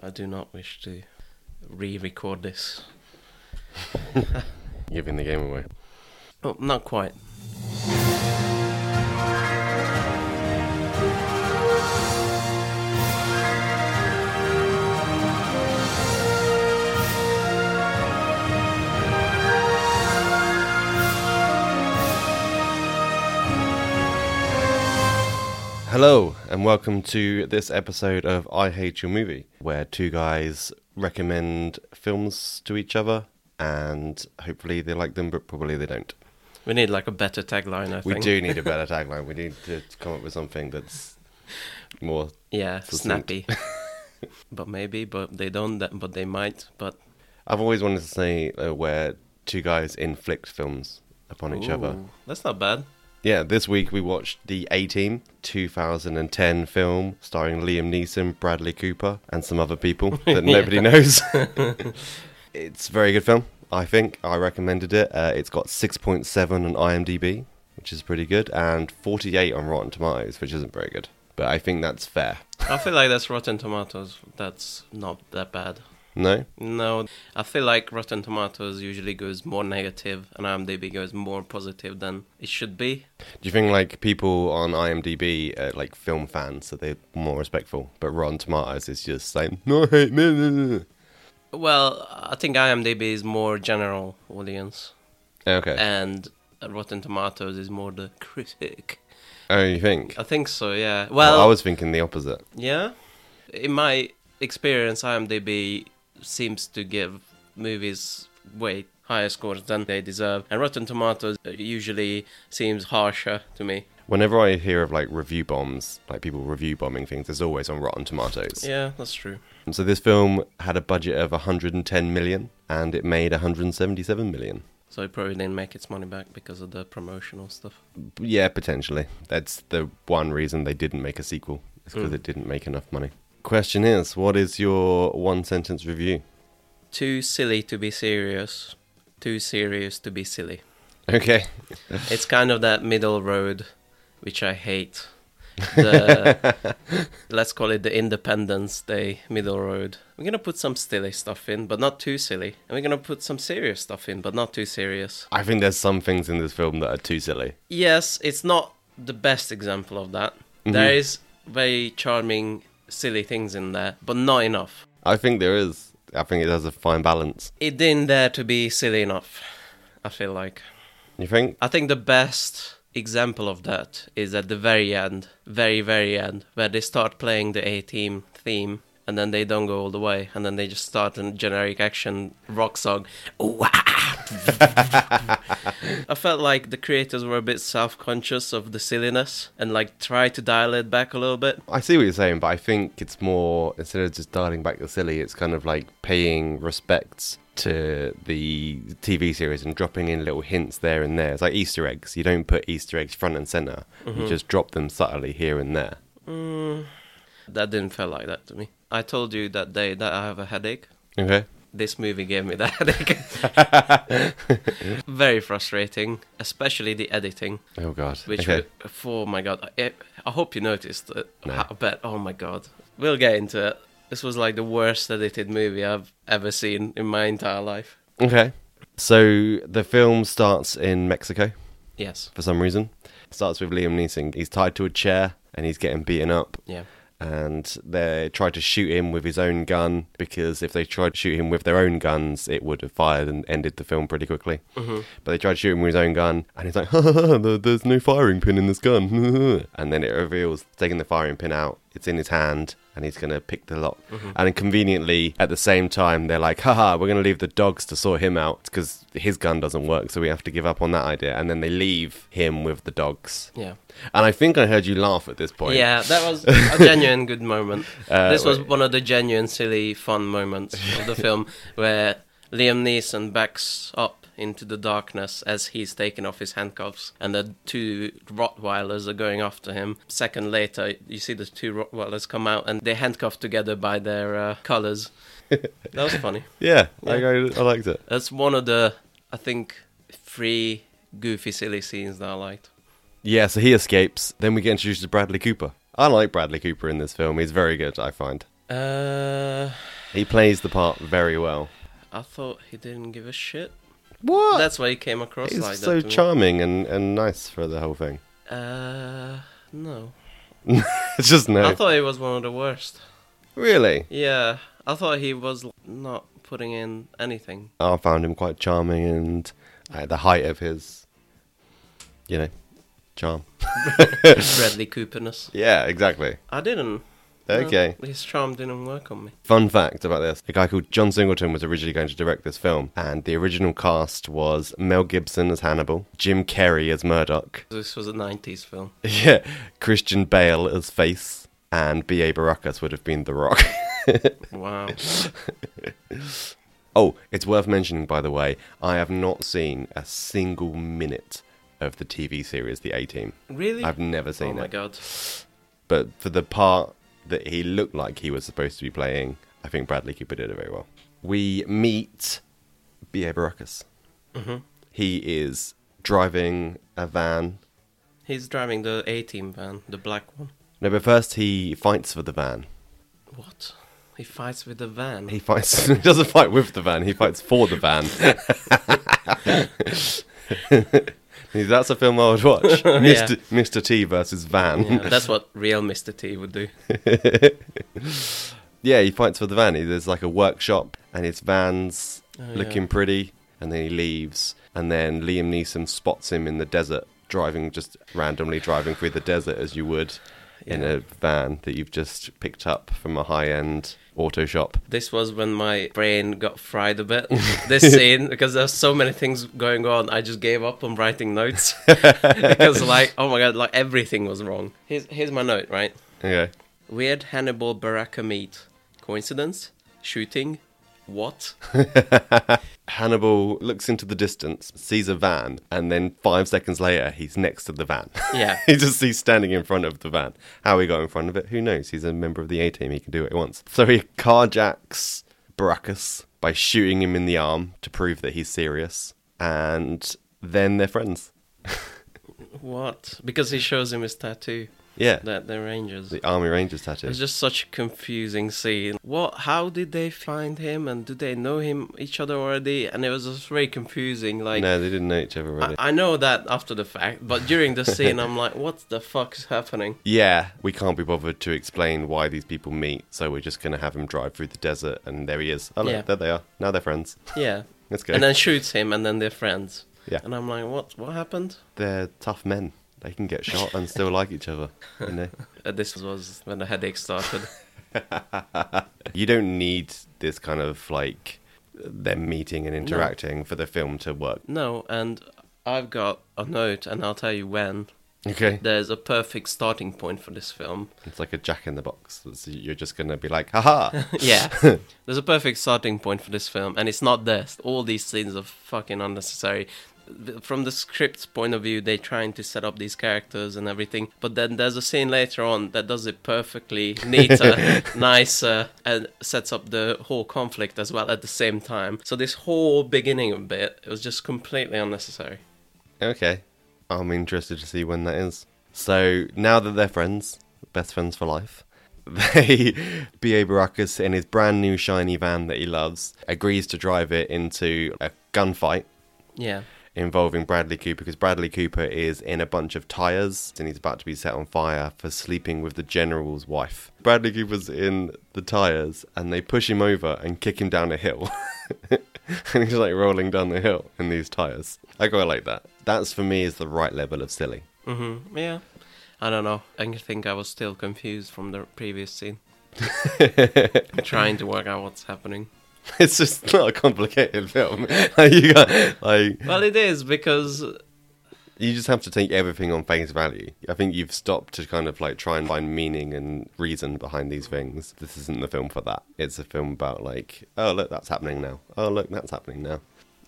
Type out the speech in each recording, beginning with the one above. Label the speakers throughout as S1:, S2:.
S1: I do not wish to re-record this.
S2: Giving the game away.
S1: Oh, not quite.
S2: Hello, and welcome to this episode of I Hate Your Movie, where two guys recommend films to each other, and hopefully they like them, but probably they don't.
S1: We need like a better tagline. I
S2: We
S1: think.
S2: do need a better tagline. We need to come up with something that's more.
S1: Yeah,
S2: Succinct.
S1: snappy. but maybe, but they don't. that- But they might. But
S2: I've always wanted to say uh, where two guys inflict films upon each other.
S1: Ooh, That's not bad.
S2: Yeah, this week we watched The A Team, 2010 film starring Liam Neeson, Bradley Cooper, and some other people that nobody knows. it's a very good film, I think. I recommended it. Uh, it's got 6.7 on IMDb, which is pretty good, and 48 on Rotten Tomatoes, which isn't very good. But I think that's fair.
S1: I feel like that's Rotten Tomatoes. That's not that bad.
S2: No?
S1: No, I feel like Rotten Tomatoes usually goes more negative, and IMDb goes more positive than it should be.
S2: Do you think like people on IMDb are like film fans, so they're more respectful? But Rotten Tomatoes is just saying, no, I hate me, me, me, me."
S1: Well, I think IMDb is more general audience,
S2: Okay.
S1: and Rotten Tomatoes is more the critic.
S2: oh, you think?
S1: I think so. Yeah.
S2: Well,
S1: Well,
S2: I was thinking the opposite.
S1: yeah. In my experience, IMDb seems to give movies way higher scores than they deserve, and Rotten Tomatoes uh, usually seems harsher to me.
S2: Whenever I hear of like review bombs, like people review bombing things, it's always on Rotten Tomatoes.
S1: Yeah, that's true.
S2: So this film had a budget of 110 million and it made 177 million.
S1: So it probably didn't make its money back because of the promotional stuff.
S2: Yeah, potentially. That's the one reason they didn't make a sequel. It's because
S1: Mm.
S2: it didn't make enough money. Question is, what is your one sentence review?
S1: Too silly to be serious. Too serious to be silly.
S2: Okay.
S1: It's kind of that middle road, which I hate. The, let's call it the Independence Day middle road. We're gonna put some silly stuff in, but not too silly, and we're gonna put some serious stuff in, but not too serious.
S2: I think there's some things in this film that are too silly.
S1: Yes, it's not the best example of that. There is very charming, silly things in there, but not enough.
S2: I think there is. I think it has a fine balance.
S1: It didn't dare to be silly enough. I feel like.
S2: You think?
S1: I think the best example of that is at the very end, very very end, where they start playing the A team theme, and then they don't go all the way, and then they just start a generic action rock song. Ooh, ah. I felt like the creators were a bit self-conscious of the silliness and like try to dial it back a little bit.
S2: I see what you're saying, but I think it's more instead of just dialing back the silly, it's kind of like paying respects to the TV series and dropping in little hints there and there. It's like Easter eggs. You don't put Easter eggs front and center. You just drop them subtly here and there.
S1: That didn't feel like that to me. I told you that day that I have a headache.
S2: Okay.
S1: this movie gave me the headache. Very frustrating, especially the editing,
S2: Oh god.
S1: which
S2: okay.
S1: were- oh my god, I, I hope you noticed. That,
S2: No.
S1: I bet. Oh my god, we'll get into it. This was like the worst edited movie I've ever seen in my entire life.
S2: okay. So the film starts in Mexico
S1: Yes,
S2: for some reason. It starts with Liam Neeson. He's tied to a chair and he's getting beaten up.
S1: yeah.
S2: and they tried to shoot him with his own gun because if they tried to shoot him with their own guns, it would have fired and ended the film pretty quickly.
S1: Mm-hmm.
S2: But they tried to shoot him with his own gun, and he's like, ha, ha, ha, there- "There's no firing pin in this gun," and then it reveals taking the firing pin out. It's in his hand, and he's gonna pick the lock.
S1: Mm-hmm.
S2: And conveniently, at the same time, they're like, "Haha, we're gonna leave the dogs to sort him out because his gun doesn't work, so we have to give up on that idea." And then they leave him with the dogs.
S1: Yeah,
S2: And I think I heard you laugh at this point.
S1: yeah, that was a genuine good moment.
S2: Uh,
S1: this was
S2: wait.
S1: one of the genuine, silly, fun moments of the film where Liam Neeson backs up into the darkness as he's taken off his handcuffs, and the two Rottweilers are going after him. Second later, you see the two Rottweilers come out and they're handcuffed together by their uh, collars. that was funny.
S2: Yeah, I, I, I liked it.
S1: That's one of the, I think, three goofy, silly scenes that I liked.
S2: Yeah, so he escapes. Then we get introduced to Bradley Cooper. I like Bradley Cooper in this film. He's very good, I find.
S1: Uh,
S2: He plays the part very well.
S1: I thought he didn't give a shit.
S2: What?
S1: That's why he came across
S2: He's
S1: like
S2: so
S1: that. to me.
S2: charming and, and nice for the whole thing.
S1: uh, no.
S2: It's just no.
S1: I thought he was one of the worst.
S2: really?
S1: Yeah, I thought he was not putting in anything.
S2: I found him quite charming and at the height of his, you know, charm.
S1: Bradley Cooperness.
S2: Yeah, exactly.
S1: I didn't. No,
S2: Okay.
S1: his charm didn't work on me.
S2: Fun fact about this a guy called John Singleton was originally going to direct this film, and the original cast was Mel Gibson as Hannibal, Jim Carrey as Murdoch,
S1: This was a 90s film.
S2: yeah, Christian Bale as Face, and B.A. Baracus would have been The Rock.
S1: Wow.
S2: oh, it's worth mentioning, by the way, I have not seen a single minute of the TV series The A Team.
S1: Really?
S2: I've never
S1: oh
S2: seen
S1: my
S2: it.
S1: god.
S2: But for the part that he looked like he was supposed to be playing, I think Bradley Cooper did it very well. We meet B.A. Baracus.
S1: Mm-hmm.
S2: He is driving a van.
S1: He's driving the A team van, the black one.
S2: No, but first he fights for the van.
S1: What? He fights with the van.
S2: He fights. he doesn't fight with the van. He fights for the van. That's a film I would watch. Mr. Mr. T versus Van.
S1: Yeah, that's what real Mr. T would do.
S2: Yeah, he fights for the van. He- There's like a workshop, and his van's
S1: Oh,
S2: looking pretty, and then he leaves. And then Liam Neeson spots him in the desert, driving just randomly driving through the desert as you would in
S1: Yeah.
S2: a van that you've just picked up from a high-end auto shop.
S1: This was when my brain got fried a bit. This scene, because there's so many things going on, I just gave up on writing notes. because, like, oh my god, like everything was wrong. Here's, here's my note, right?
S2: Okay,
S1: Weird Hannibal Baraka meet. Coincidence? Shooting? What?
S2: Hannibal looks into the distance, sees a van, and then five seconds later, he's next to the van.
S1: Yeah.
S2: he just he's standing in front of the van. How he got in front of it, who knows? He's a member of the A team. He can do what he wants. So he carjacks Baracus by shooting him in the arm to prove that he's serious, and then they're friends.
S1: What? Because he shows him his tattoo.
S2: Yeah,
S1: That the Rangers.
S2: the Army Rangers
S1: It
S2: tattoo.
S1: was just such a confusing scene. What? How did they find him? And do they know him each other already? And it was just very confusing. Like
S2: no, they didn't know each other really.
S1: I, I know that after the fact, but during the scene, I'm like, what the fuck's happening?
S2: yeah, we can't be bothered to explain why these people meet, so we're just gonna have him drive through the desert, and there he is. Oh, look,
S1: Yeah.
S2: there they are. Now they're friends.
S1: Yeah.
S2: Let's go.
S1: And then shoots him, and then they're friends.
S2: Yeah.
S1: And I'm like, what? What happened?
S2: they're tough men. They can get shot and still like each other. You know,
S1: Uh, this was when the headache started.
S2: you don't need this kind of like them meeting and interacting for the film to work.
S1: no, and I've got a note, and I'll tell you when.
S2: Okay,
S1: There's a perfect starting point for this film.
S2: it's like a Jack in the Box. It's- you're just gonna be like, haha.
S1: yeah. There's a perfect starting point for this film, and it's not this. All these scenes are fucking unnecessary. Th- From the script's point of view, they're trying to set up these characters and everything, but then there's a scene later on that does it perfectly, neater, nicer, and sets up the whole conflict as well at the same time. So this whole beginning bit it was just completely unnecessary.
S2: okay, I'm interested to see when that is. So now that they're friends, best friends for life. They, B.A. Baracus, in his brand new shiny van that he loves, agrees to drive it into a gunfight
S1: Yeah.
S2: involving Bradley Cooper because Bradley Cooper is in a bunch of tires and he's about to be set on fire for sleeping with the general's wife. Bradley Cooper's in the tires and they push him over and kick him down a hill. and he's like rolling down the hill in these tires. I quite like that. That's for me is the right level of silly.
S1: Mm-hmm. Yeah. I don't know. I think I was still confused from the previous scene. trying to work out what's happening.
S2: It's just not a complicated film. like you got like
S1: Well, it is because
S2: you just have to take everything on face value. I think you've stopped to kind of like try and find meaning and reason behind these things. This isn't the film for that. It's a film about like, oh look, that's happening now. Oh look, that's happening now.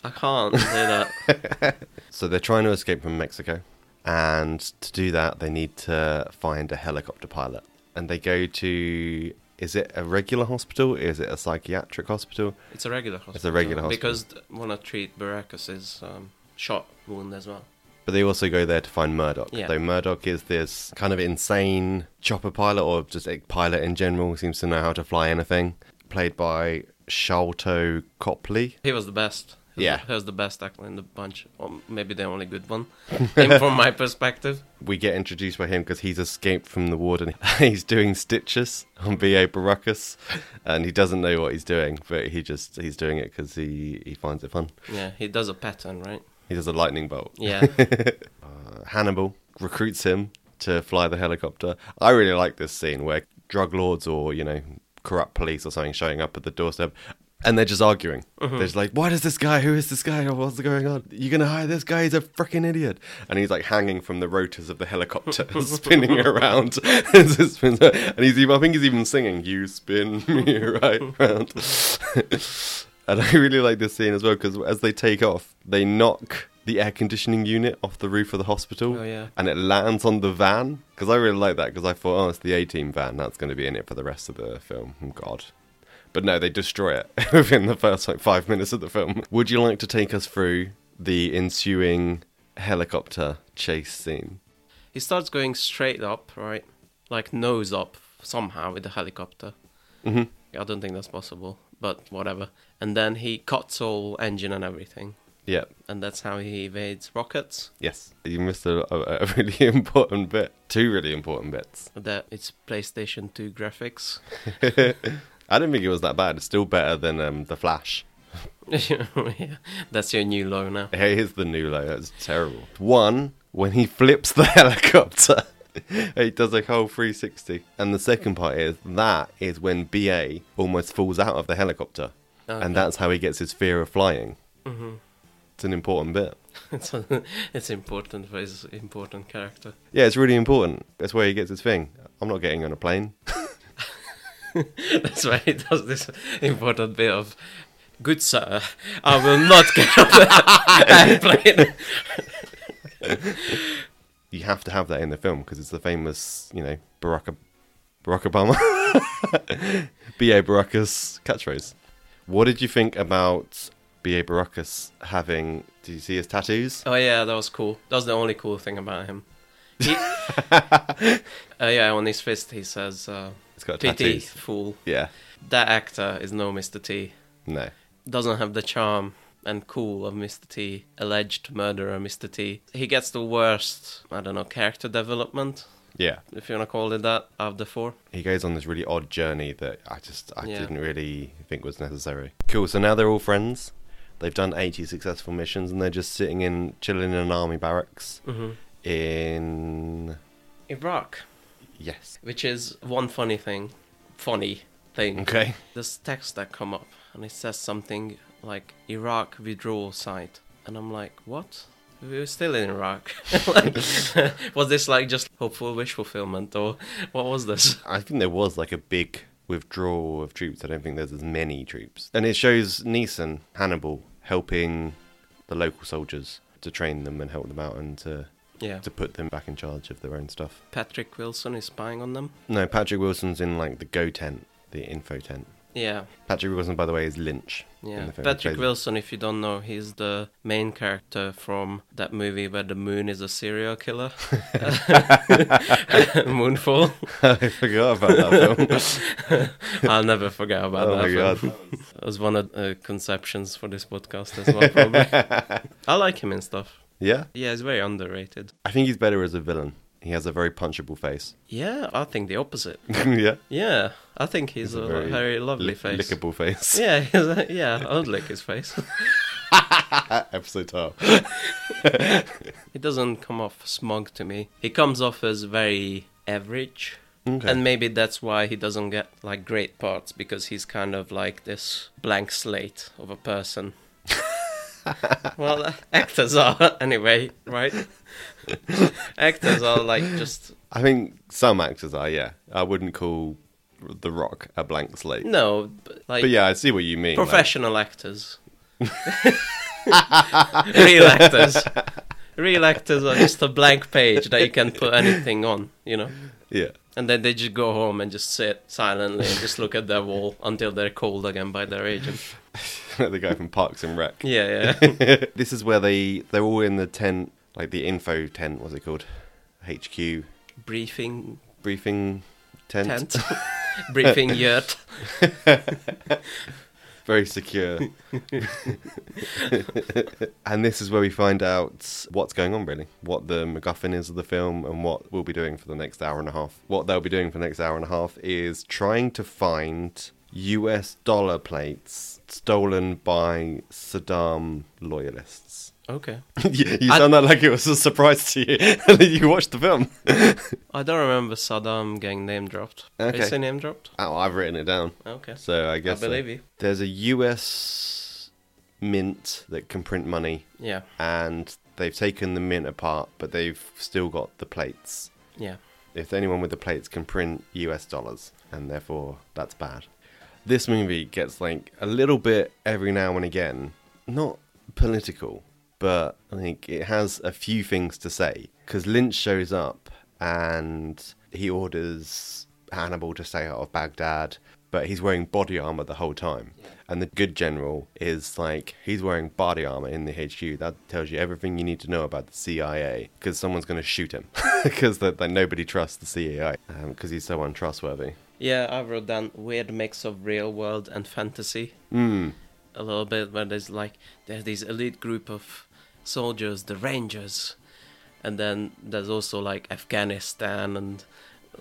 S1: I can't do that.
S2: So they're trying to escape from Mexico, and to do that, they need to find a helicopter pilot. And they go to is it a regular hospital? Is it a psychiatric hospital?
S1: It's a regular hospital.
S2: regular hospital.
S1: Because th- wanna treat Baracus's um, shot wound as well.
S2: But they also go there to find Murdoch.
S1: Yeah.
S2: Though Murdoch is this kind of insane chopper pilot, or just a pilot in general, seems to know how to fly anything. played by Shalto Copley.
S1: He was the best. He was-
S2: Yeah.
S1: he was the best actor in the bunch, or maybe the only good one, in from my perspective.
S2: We get introduced by him because he's escaped from the ward and he's doing stitches on B.A. Baracus, and he doesn't know what he's doing, but he just he's doing it because he he finds it fun.
S1: Yeah, he does a pattern, right?
S2: He does a lightning bolt.
S1: Yeah,
S2: Hannibal recruits him to fly the helicopter. I really like this scene where drug lords or, you know, corrupt police or something showing up at the doorstep and they're just arguing. They're just like, what is this guy? Who is this guy? What's going on? You're going to hire this guy? He's a freaking idiot. And he's like hanging from the rotors of the helicopter, spinning around. As it spins- and he's even, I think he's even singing, you spin me right round. And I really like this scene as well because as they take off, they knock the air conditioning unit off the roof of the hospital.
S1: Oh, yeah.
S2: And it lands on the van because I really like that because I thought, oh, it's the A Team van. That's going to be in it for the rest of the film. Oh, God. But no, they destroy it within the first like five minutes of the film. Would you like to take us through the ensuing helicopter chase scene?
S1: he starts going straight up, right? Like nose up somehow with the helicopter. Mm-hmm. I don't think that's possible, but whatever. And then he cuts all engine and everything,
S2: Yeah.
S1: and that's how he evades rockets.
S2: Yes. You missed a, a, a really important bit. Two really important bits.
S1: That it's PlayStation 2 graphics.
S2: I didn't think it was that bad. It's still better than um, The Flash.
S1: yeah, that's your new low now.
S2: Here's the new low. That's terrible. One, when he flips the helicopter, he does a whole 360. And the second part is that is when BA almost falls out of the helicopter.
S1: Okay.
S2: And that's how he gets his fear of flying. It's an important bit.
S1: it's, it's important for his important character.
S2: Yeah, it's really important. That's where he gets his thing. I'm not getting on a plane.
S1: That's why he does this important bit of, good sir, I will not get on the airplane.
S2: You have to have that in the film because it's the famous, you know, Barack, Ob- Barack Obama, B.A. Baracus catchphrase. What did you think about B.A. Baracus having, do you see his tattoos?
S1: Oh yeah, that was cool. That was the only cool thing about him. He, uh, yeah, on his fist he says, uh,
S2: It's got
S1: "PT
S2: tattoos.
S1: fool."
S2: Yeah,
S1: That actor is no Mr. T.
S2: no.
S1: Doesn't have the charm and cool of Mr. T. Alleged murderer Mr. T. He gets the worst. I don't know character development,
S2: Yeah.
S1: if you wanna call it that, of the four.
S2: He goes on this really odd journey that I just, I
S1: Yeah.
S2: didn't really think was necessary. Cool, so now they're all friends. They've done 80 successful missions and they're just sitting in, chilling in an army barracks in,
S1: Iraq,
S2: yes.
S1: which is one funny thing, funny thing.
S2: Okay.
S1: There's text that come up and it says something like Iraq withdrawal site and I'm like, what? We were still in Iraq. like, was this like just hopeful wish fulfillment or what was this?
S2: I think there was like a big withdrawal of troops. I don't think there's as many troops. And it shows Neeson, Hannibal, helping the local soldiers to train them and help them out and to,
S1: Yeah.
S2: to put them back in charge of their own stuff.
S1: Patrick Wilson is spying on them.
S2: No, Patrick Wilson's in like the go tent, the info tent.
S1: Yeah.
S2: Patrick Wilson, by the way, is Lynch. in
S1: Yeah.
S2: the film.
S1: Patrick
S2: Plays-
S1: Wilson, if you don't know, he's the main character from that movie where the moon is a serial killer. Moonfall.
S2: I forgot about that film.
S1: I'll never forget about
S2: oh
S1: that.
S2: my
S1: film.
S2: god.
S1: That was one of the uh, conceptions for this podcast as well, probably. I like him and stuff.
S2: Yeah,
S1: Yeah, he's very underrated.
S2: I think he's better as a villain. He has a very punchable face.
S1: Yeah, I think the opposite.
S2: yeah,
S1: Yeah, I think he's, a, very, lovely
S2: lick-
S1: face.
S2: lickable face.
S1: Yeah, he's a- yeah, I would lick his face.
S2: Episode twelve.
S1: He doesn't come off smug to me. He comes off as very average.
S2: Okay.
S1: And maybe that's why he doesn't get like great parts because he's kind of like this blank slate of a person. well, uh, actors are anyway, right? actors are like just
S2: I think some actors are, yeah. I wouldn't call The Rock a blank slate.
S1: no, but, like
S2: But yeah, I see what you mean. like-
S1: professional actors. Real actors. Real actors are just a blank page that you can put anything on, you know?
S2: yeah.
S1: And then they just go home and just sit silently and just look at their wall until they're called again by their agent.
S2: the guy from Parks and Rec.
S1: Yeah, yeah.
S2: this is where they they're all in the tent, like the info tent, what's it called? HQ
S1: Briefing
S2: briefing tent.
S1: tent. briefing yurt.
S2: Very secure. and this is where we find out what's going on, really. What the MacGuffin is of the film and what we'll be doing for the next hour and a half. What they'll be doing for the next hour and a half is trying to find US dollar plates stolen by Saddam loyalists.
S1: Okay.
S2: you you
S1: I-
S2: sound that like it was a surprise to you that you watched the film.
S1: I don't remember Saddam getting name dropped.
S2: Okay.
S1: Is he name dropped?
S2: Oh, I've written it down.
S1: Okay.
S2: So I guess so.
S1: believe you.
S2: There's a US mint that can print money,
S1: Yeah.
S2: and they've taken the mint apart, but they've still got the plates.
S1: Yeah.
S2: If anyone with the plates can print US dollars, and therefore that's bad. This movie gets like a little bit every now and again, not political, but I think it has a few things to say. Because Lynch shows up and he orders Hannibal to stay out of "Oh, Baghdad, but he's wearing body armor the whole time. And the good general is like, he's wearing body armor in the HQ. That tells you everything you need to know about the CIA because someone's going to shoot him because that that nobody trusts the CIA because um, he's so untrustworthy.
S1: Yeah, I wrote down weird mix of real world and fantasy. Hmm.
S2: Mm.
S1: A little bit where there's like there's this elite group of soldiers, the Rangers, and then there's also like Afghanistan and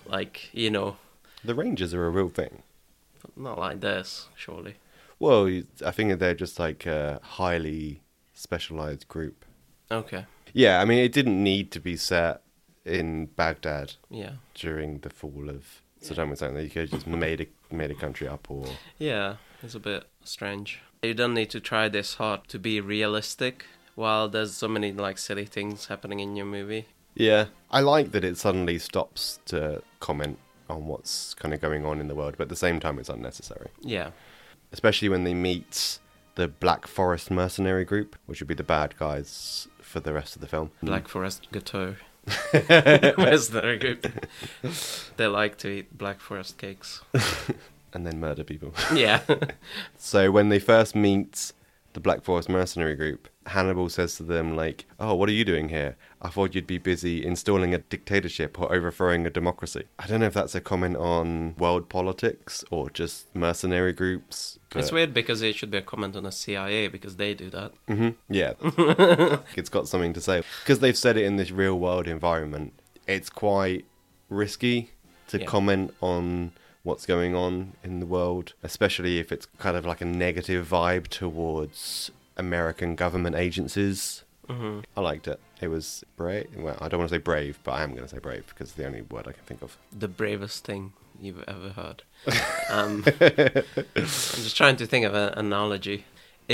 S1: like you know
S2: The Rangers are a real thing.
S1: not like this surely.
S2: Well, I think they're just like a highly specialized group.
S1: Okay.
S2: Yeah, I mean, it didn't need to be set in Baghdad
S1: Yeah.
S2: during the fall of Saddam Hussein. They could have just made a made a country up, or
S1: Yeah, it's a bit strange. You don't need to try this hard to be realistic while there's so many like silly things happening in your movie.
S2: yeah. I like that it suddenly stops to comment on what's kind of going on in the world, but at the same time, it's unnecessary.
S1: Yeah.
S2: especially when they meet the Black Forest mercenary group, which would be the bad guys for the rest of the film.
S1: Black Forest Gâteau. Where's their group? They like to eat Black Forest cakes.
S2: and then murder people.
S1: Yeah.
S2: so when they first meet the Black Forest mercenary group, Hannibal says to them like, "Oh, what are you doing here? I thought you'd be busy installing a dictatorship or overthrowing a democracy." I don't know if that's a comment on world politics or just mercenary groups.
S1: it's
S2: but-
S1: weird because it should be a comment on the CIA because they do that.
S2: hmm Yeah. it's got something to say. Because they've said it in this real world environment, it's quite risky to
S1: Yeah.
S2: comment on what's going on in the world, especially if it's kind of like a negative vibe towards American government agencies. Mm-hmm. I liked it. It was brave. Well, I don't want to say brave, but I am going to say brave because it's the only word I can think of.
S1: The bravest thing you've ever heard. Um, I'm just trying to think of an analogy.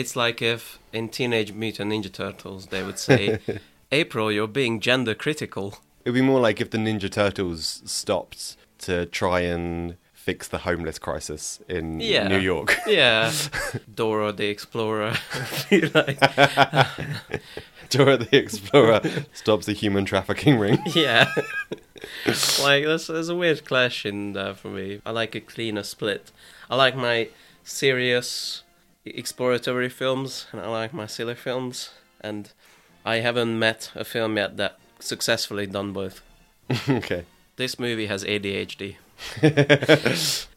S1: It's like if in Teenage Mutant Ninja Turtles they would say, April, you're being gender critical.
S2: It would be more like if the Ninja Turtles stopped to try and fix the homeless crisis in
S1: Yeah.
S2: New York.
S1: Yeah. Dora the Explorer. I feel like,
S2: Dora the Explorer stops a human trafficking ring.
S1: yeah. like, there's, there's a weird clash in there for me. I like a cleaner split. I like my serious exploratory films, and I like my silly films. And I haven't met a film yet that successfully done both.
S2: okay.
S1: This movie has ADHD.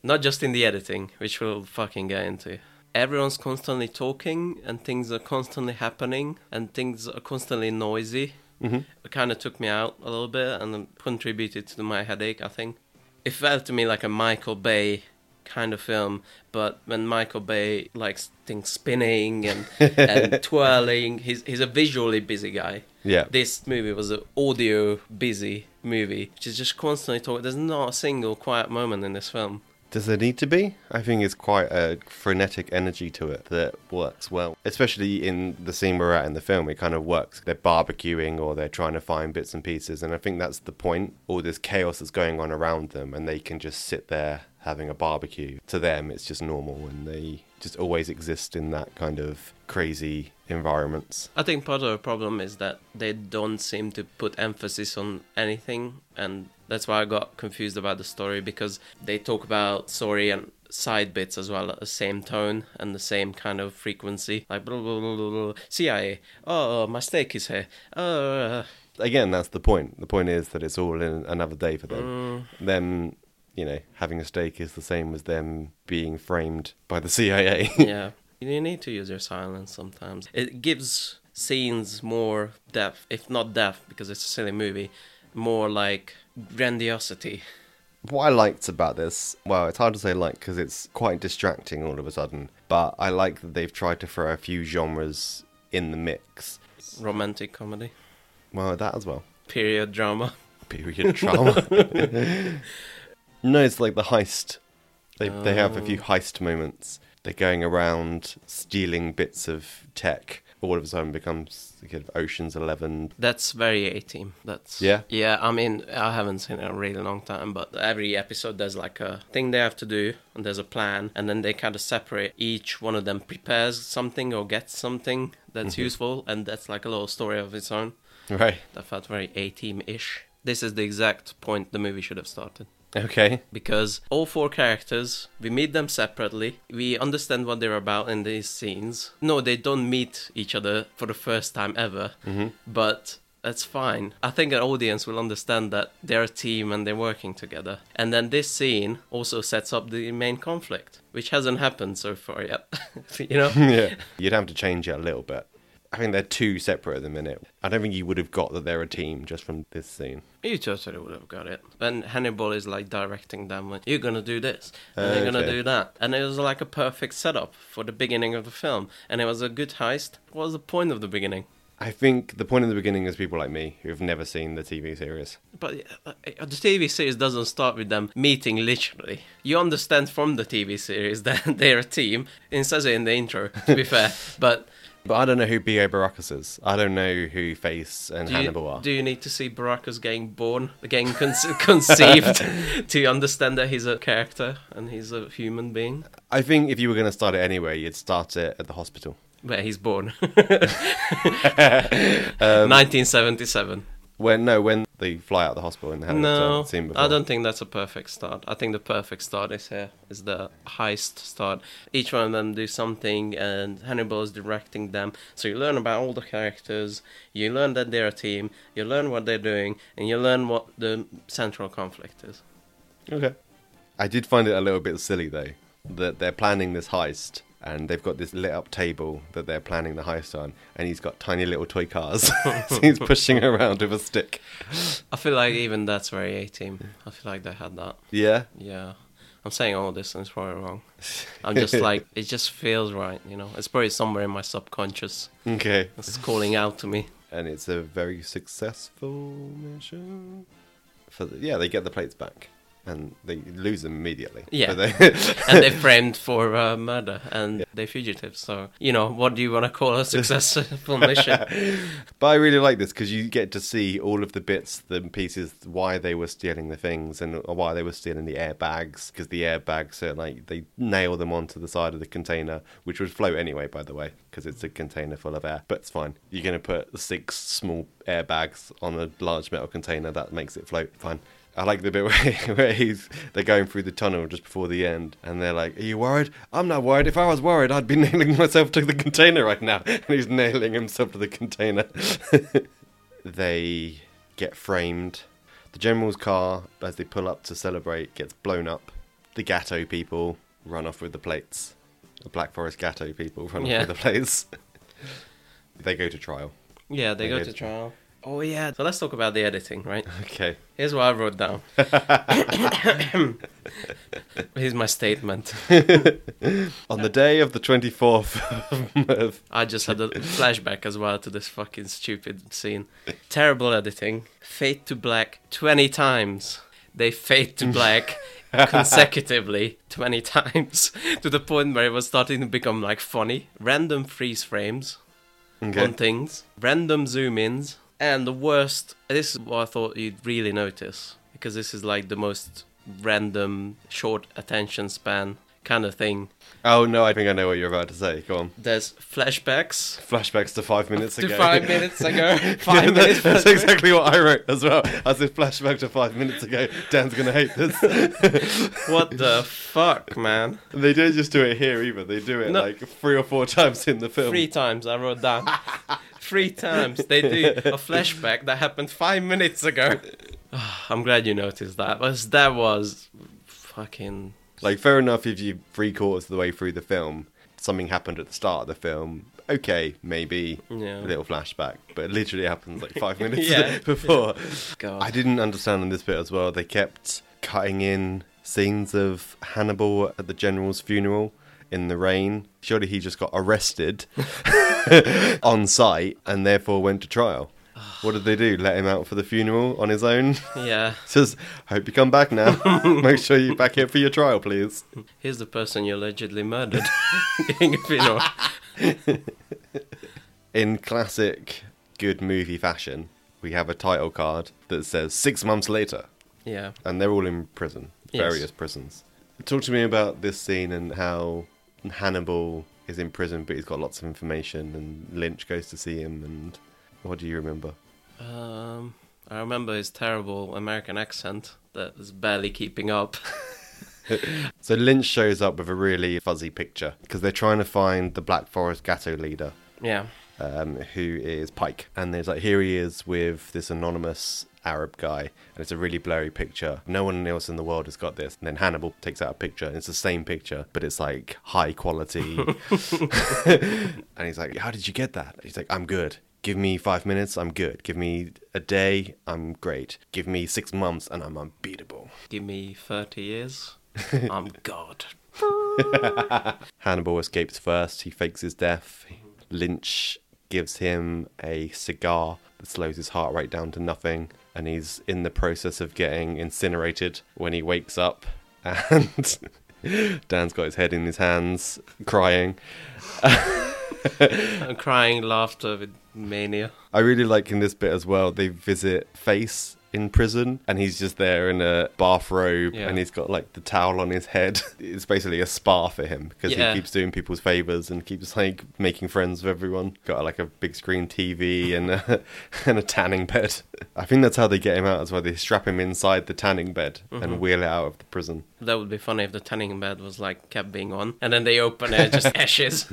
S1: Not just in the editing, which we'll fucking get into. Everyone's constantly talking, and things are constantly happening, and things are constantly noisy.
S2: Mhm.
S1: It kind of took me out a little bit and then contributed to my headache, I think. It felt to me like a Michael Bay kind of film, but when Michael Bay likes things spinning and, and twirling, he's, he's a visually busy guy
S2: Yeah.
S1: this movie was an audio busy movie, which is just constantly talking. There's not a single quiet moment in this film.
S2: Does there need to be? I think it's quite a frenetic energy to it that works well. Especially in the scene we're at in the film, it kind of works. They're barbecuing or they're trying to find bits and pieces, and I think that's the point. All this chaos that's going on around them, and they can just sit there having a barbecue. To them, it's just normal, and they just always exist in that kind of crazy environments.
S1: I think part of the problem is that they don't seem to put emphasis on anything, and that's why I got confused about the story because they talk about story and side bits as well at the same tone and the same kind of frequency. Like, blah, blah, blah, blah, blah. CIA, oh, my steak is here. Uh,
S2: again, that's the point. The point is that it's all in another day for them. Them you know, having a steak is the same as them being framed by the CIA.
S1: yeah. You need to use your silence sometimes. It gives scenes more depth, if not depth, because it's a silly movie, more like grandiosity.
S2: what I liked about this, well, it's hard to say like because it's quite distracting all of a sudden, but I like that they've tried to throw a few genres in the mix.
S1: Romantic comedy,
S2: Well, that as well.
S1: period drama.
S2: period trauma. no, it's like the heist. They they have a few heist moments. They're going around stealing bits of tech. All of a sudden, becomes kind of Ocean's Eleven.
S1: That's very A team. That's
S2: Yeah?
S1: yeah. I mean, I haven't seen it in a really long time, but every episode there's like a thing they have to do, and there's a plan, and then they kind of separate. Each one of them prepares something or gets something that's useful, and that's like a little story of its own.
S2: Right.
S1: That felt very A team ish. This is the exact point the movie should have started.
S2: Okay.
S1: Because all four characters, we meet them separately, we understand what they're about in these scenes. No, they don't meet each other for the first time ever, but that's fine. I think an audience will understand that they're a team and they're working together. And then this scene also sets up the main conflict, which hasn't happened so far yet. you know?
S2: yeah. You'd have to change it a little bit. I think they're too separate at the minute. I don't think you would have got that they're a team just from this scene.
S1: You totally would have got it. And Hannibal is like directing them, like, you're gonna do this, and you're gonna
S2: Okay.
S1: do that. And it was like a perfect setup for the beginning of the film. And it was a good heist. What was the point of the beginning?
S2: I think the point in the beginning is people like me who've never seen the TV series.
S1: But uh, uh, the TV series doesn't start with them meeting literally. You understand from the TV series that they're a team. It says it in the intro, to be fair. But
S2: But I don't know who B.O. Baracus is. I don't know who Face and
S1: do you,
S2: Hannibal are.
S1: do you need to see Baraka's getting born, getting conce- conceived, to understand that he's a character and he's a human being?
S2: I think if you were going to start it anyway, you'd start it at the hospital.
S1: where he's born. 1977.
S2: When no, when they fly out of the hospital in the helicopter
S1: No,
S2: scene before.
S1: I don't think that's a perfect start. I think the perfect start is here, is the heist start. Each one of them do something, and Hannibal is directing them. So you learn about all the characters, you learn that they're a team, you learn what they're doing, and you learn what the central conflict is.
S2: Okay. I did find it a little bit silly though that they're planning this heist and they've got this lit up table that they're planning the heist on, and he's got tiny little toy cars. so he's pushing around with a stick.
S1: I feel like even that's very A team. I feel like they had that.
S2: Yeah.
S1: Yeah. I'm saying all this and it's probably wrong. I'm just like, it just feels right, you know? It's probably somewhere in my subconscious.
S2: Okay.
S1: It's calling out to me.
S2: And it's a very successful mission. For the, yeah, they get the plates back, and they lose them immediately.
S1: Yeah.
S2: But they-
S1: And they're framed for uh, murder and they're fugitives. So, you know, what do you want to call a successful mission?
S2: But I really like this because you get to see all of the bits, the pieces, why they were stealing the things and uh, why they were stealing the airbags. Because the airbags are like they nail them onto the side of the container, which would float anyway, by the way, because it's a container full of air. But it's fine. You're gonna put six small airbags on a large metal container that makes it float. Fine. I like the bit where, where he's they're going through the tunnel just before the end, and they're like, "Are you worried? I'm not worried. If I was worried, I'd be nailing myself to the container right now." And he's nailing himself to the container. they get framed. The general's car, as they pull up to celebrate, gets blown up. The Gatto people run off with the plates. The Black Forest Gatto people run
S1: Yeah.
S2: off with the plates. they go to trial.
S1: yeah, they go to trial. Oh, yeah. So let's talk about the editing, right?
S2: Okay.
S1: Here's what I wrote down. Here's my statement.
S2: On the day of the 24th of
S1: I just had a flashback as well to this fucking stupid scene. Terrible editing. Fade to black 20 times. They fade to black consecutively 20 times to the point where it was starting to become like funny. Random freeze frames
S2: okay.
S1: on things, random zoom ins, and the worst this is what I thought you'd really notice because this is like the most random short attention span kind of thing.
S2: Oh no, I think I know what you're about to say. Go on.
S1: There's flashbacks
S2: Flashbacks to five minutes
S1: to
S2: ago.
S1: five minutes ago. Five
S2: Yeah, that-
S1: minutes.
S2: That's exactly what I wrote as well. I said flashback to five minutes ago. Dan's gonna hate this.
S1: What the fuck, man?
S2: And they don't just do it here either. They do it
S1: No.
S2: like three or four times in the film.
S1: Three times I wrote down. Three times they do a flashback that happened five minutes ago. I'm glad you noticed that. Because that was fucking
S2: Like, fair enough if you three quarters of the way through the film, something happened at the start of the film. Okay, maybe
S1: Yeah.
S2: a little flashback, but it literally happens like five minutes
S1: Yeah.
S2: before.
S1: God.
S2: I didn't understand in this bit as well. They kept cutting in scenes of Hannibal at the general's funeral in the rain. Surely he just got arrested on site and therefore went to trial. What did they do? Let him out for the funeral on his own?
S1: yeah.
S2: Says, hope you come back now. Make sure you're back here for your trial, please.
S1: Here's the person you allegedly murdered. Getting a funeral.
S2: In classic good movie fashion, we have a title card that says six months later,
S1: Yeah.
S2: and they're all in prison,
S1: Yes.
S2: various prisons. Talk to me about this scene and how Hannibal is in prison, but he's got lots of information, and Lynch goes to see him. And what do you remember?
S1: Um, I remember his terrible American accent that is barely keeping up.
S2: So Lynch shows up with a really fuzzy picture because they're trying to find the Black Forest Gatto leader.
S1: Yeah.
S2: um, who is Pike. And there's like, here he is with this anonymous Arab guy. And it's a really blurry picture. No one else in the world has got this. And then Hannibal takes out a picture. And it's the same picture, but it's like high quality. and he's like, how did you get that? He's like, I'm good. Give me five minutes, I'm good. Give me a day, I'm great. Give me six months, and I'm unbeatable.
S1: Give me 30 years. I'm God.
S2: Hannibal escapes first. He fakes his death. Lynch gives him a cigar that slows his heart rate down to nothing. And he's in the process of getting incinerated when he wakes up. And Dan's got his head in his hands, crying.
S1: I'm crying laughter with mania.
S2: I really like in this bit as well, they visit Face in prison and he's just there in a bathrobe
S1: Yeah.
S2: and he's got like the towel on his head. It's basically a spa for him because
S1: Yeah.
S2: he keeps doing people's favors and keeps like making friends with everyone. Got like a big screen TV and a, and a tanning bed. I think that's how they get him out as well. They strap him inside the tanning bed
S1: Mm-hmm.
S2: and wheel it out of the prison.
S1: That would be funny if the tanning bed was like kept being on and then they open it, just ashes.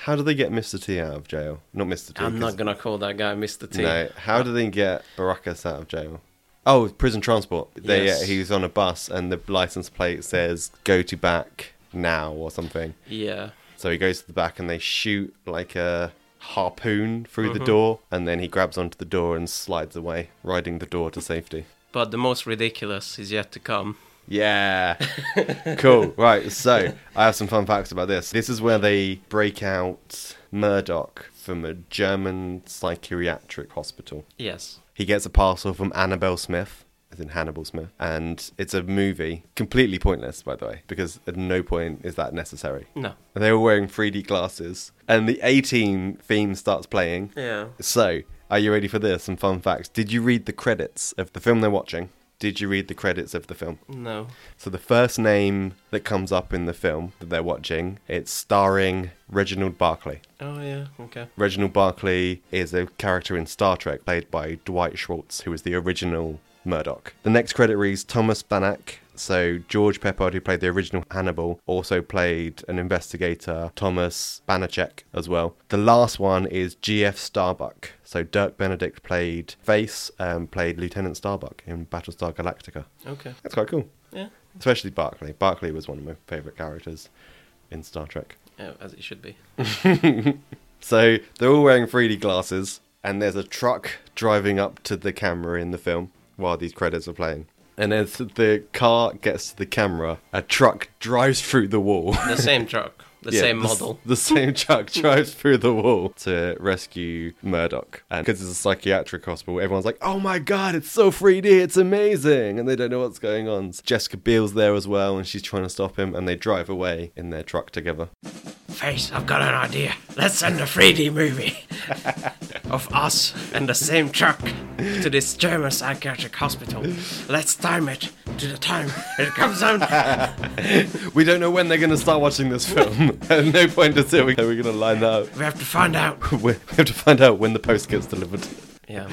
S2: How do they get Mr. T out of jail? Not Mr. T.
S1: I'm
S2: 'cause-
S1: not gonna call that guy Mr. T.
S2: No. How do they get Baracus out of jail? Oh, prison transport. They
S1: Yes.
S2: uh, he was on a bus and the license plate says "Go to back now" or something.
S1: Yeah.
S2: So he goes to the back and they shoot like a harpoon through
S1: Mm-hmm.
S2: the door, and then he grabs onto the door and slides away, riding the door to safety.
S1: But the most ridiculous is yet to come.
S2: Yeah. cool. Right. So I have some fun facts about this. This is where they break out Murdoch from a German psychiatric hospital.
S1: Yes.
S2: He gets a parcel from Annabelle Smith, as in Hannibal Smith, and it's a movie. Completely pointless, by the way, because at no point is that necessary.
S1: No.
S2: And They were wearing 3D glasses, and the A Team theme starts playing.
S1: Yeah.
S2: So, are you ready for this? Some fun facts. Did you read the credits of the film they're watching? Did you read the credits of the film?
S1: No.
S2: So the first name that comes up in the film that they're watching, it's starring Reginald Barclay.
S1: Oh yeah, okay.
S2: Reginald Barclay is a character in Star Trek played by Dwight Schwartz, who was the original Murdoch. The next credit reads Thomas Banach. So George Peppard, who played the original Hannibal, also played an investigator, Thomas Banachek, as well. The last one is G.F. Starbuck. So Dirk Benedict played Face and played Lieutenant Starbuck in Battlestar Galactica.
S1: Okay.
S2: That's quite cool,
S1: Yeah.
S2: especially Barclay. Barclay was one of my favourite characters in Star Trek.
S1: yeah. As it should be.
S2: So they're all wearing 3D glasses, and there's a truck driving up to the camera in the film while these credits are playing. And as the car gets to the camera, a truck drives through the wall.
S1: The same truck. The
S2: Yeah,
S1: same
S2: the s-
S1: model.
S2: The, same truck drives through the wall to rescue Murdoch. And because it's a psychiatric hospital, everyone's like, oh my god, it's so 3D, it's amazing. And they don't know what's going on. Jessica Biel's there as well, and she's trying to stop him, and they drive away in their truck together.
S1: Face, I've got an idea. Let's send a 3D movie of us and the same truck to this German psychiatric hospital. Let's time it to the time it comes out.
S2: We don't know when they're going to start watching this film. At no point does it. We're going to line that
S1: We have to find out.
S2: up. We we have to find out when the post gets delivered.
S1: Yeah.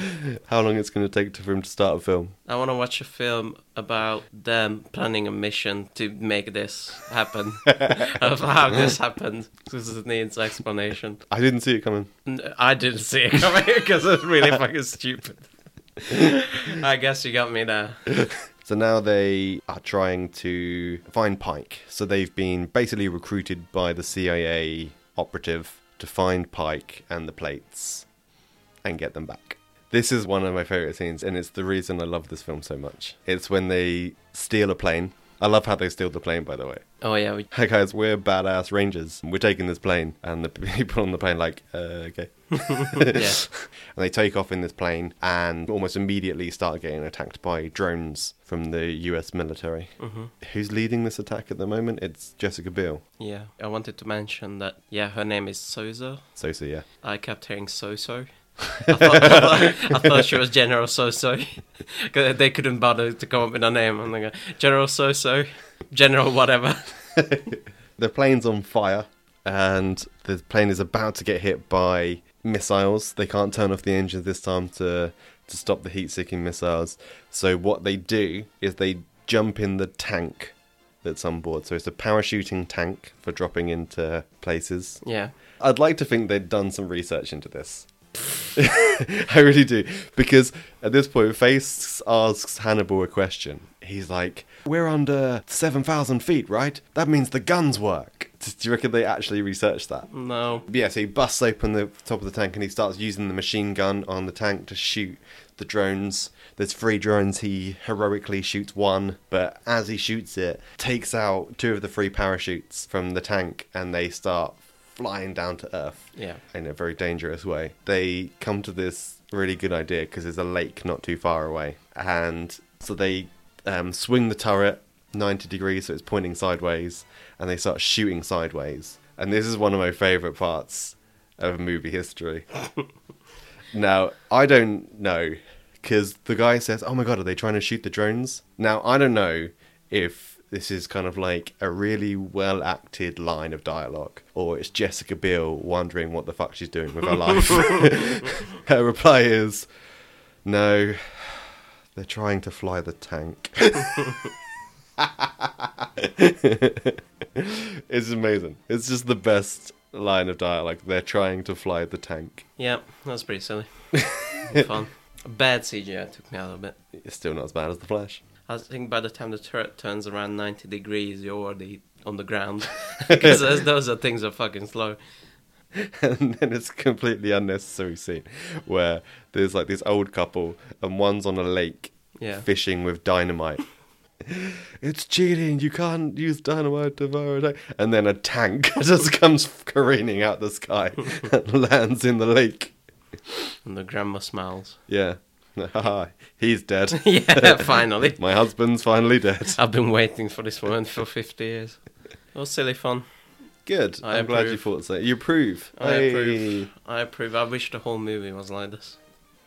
S2: How long it's going to take to- for him to start a film.
S1: I want to watch a film about them planning a mission to make this happen. of how this happened. Because it needs explanation.
S2: I didn't see it coming.
S1: N- I didn't see it coming because it's really fucking stupid. I guess you got me there.
S2: So now they are trying to find Pike. So they've been basically recruited by the CIA operative to find Pike and the plates and get them back. This is one of my favorite scenes, and it's the reason I love this film so much. It's when they steal a plane. I love how they steal the plane, by the way.
S1: Oh yeah, we,
S2: Hey guys, we're badass rangers. We're taking this plane, and the people on the plane like, uh, okay.
S1: yeah,
S2: And they take off in this plane and almost immediately start getting attacked by drones from the US military. Who's leading this attack at the moment? It's Jessica Biel.
S1: yeah. I wanted to mention that. Yeah, her name is Souza.
S2: Sosa, yeah.
S1: I kept hearing Soso. I, thought, I, thought, I thought she was General Soso. 'Cause they couldn't bother to come up with a name. I'm like, General Soso, General whatever.
S2: The plane's on fire, and the plane is about to get hit by missiles. They can't turn off the engines this time to to stop the heat-seeking missiles. So what they do is they jump in the tank that's on board. So it's a parachuting tank for dropping into places.
S1: Yeah,
S2: I'd like to think they'd done some research into this. I really do. Because at this point, Face asks Hannibal a question. He's like, We're under 7,000 feet, right? That means the guns work. Do you reckon they actually researched that?
S1: no.
S2: Yeah, so he busts open the top of the tank and he starts using the machine gun on the tank to shoot the drones. There's three drones. He heroically shoots one, but as he shoots it, takes out two of the three parachutes from the tank, and they start flying down to Earth
S1: Yeah.
S2: in a very dangerous way. They come to this really good idea because there's a lake not too far away, and so they um, swing the turret 90 degrees so it's pointing sideways, and they start shooting sideways. And this is one of my favourite parts of movie history. now I don't know because the guy says, "Oh my god, are they trying to shoot the drones?" Now I don't know if this is kind of like a really well acted line of dialogue, or it's Jessica Biel wondering what the fuck she's doing with her life. her reply is, "No, they're trying to fly the tank." it's amazing. It's just the best line of dialogue. They're trying to fly the tank.
S1: Yeah, that was pretty silly. Fun. Bad CGI took me out a bit.
S2: It's still not as bad as the Flash.
S1: I think by the time the turret turns around 90 degrees, you're already on the ground. Because those are things are fucking slow.
S2: and then it's a completely unnecessary scene where there's like this old couple and one's on a lake
S1: Yeah.
S2: fishing with dynamite. it's cheating, you can't use dynamite to fire a tank. And then a tank just comes careening out the sky and lands in the lake.
S1: And the grandma smiles.
S2: Yeah. Haha, He's dead.
S1: yeah, finally.
S2: My husband's finally dead.
S1: I've been waiting for this moment for 50 years. It was Oh, silly fun.
S2: Good.
S1: I
S2: I am glad you
S1: approve.
S2: thought so. You approve.
S1: I approve.
S2: Hey.
S1: I approve. I wish the whole movie was like this.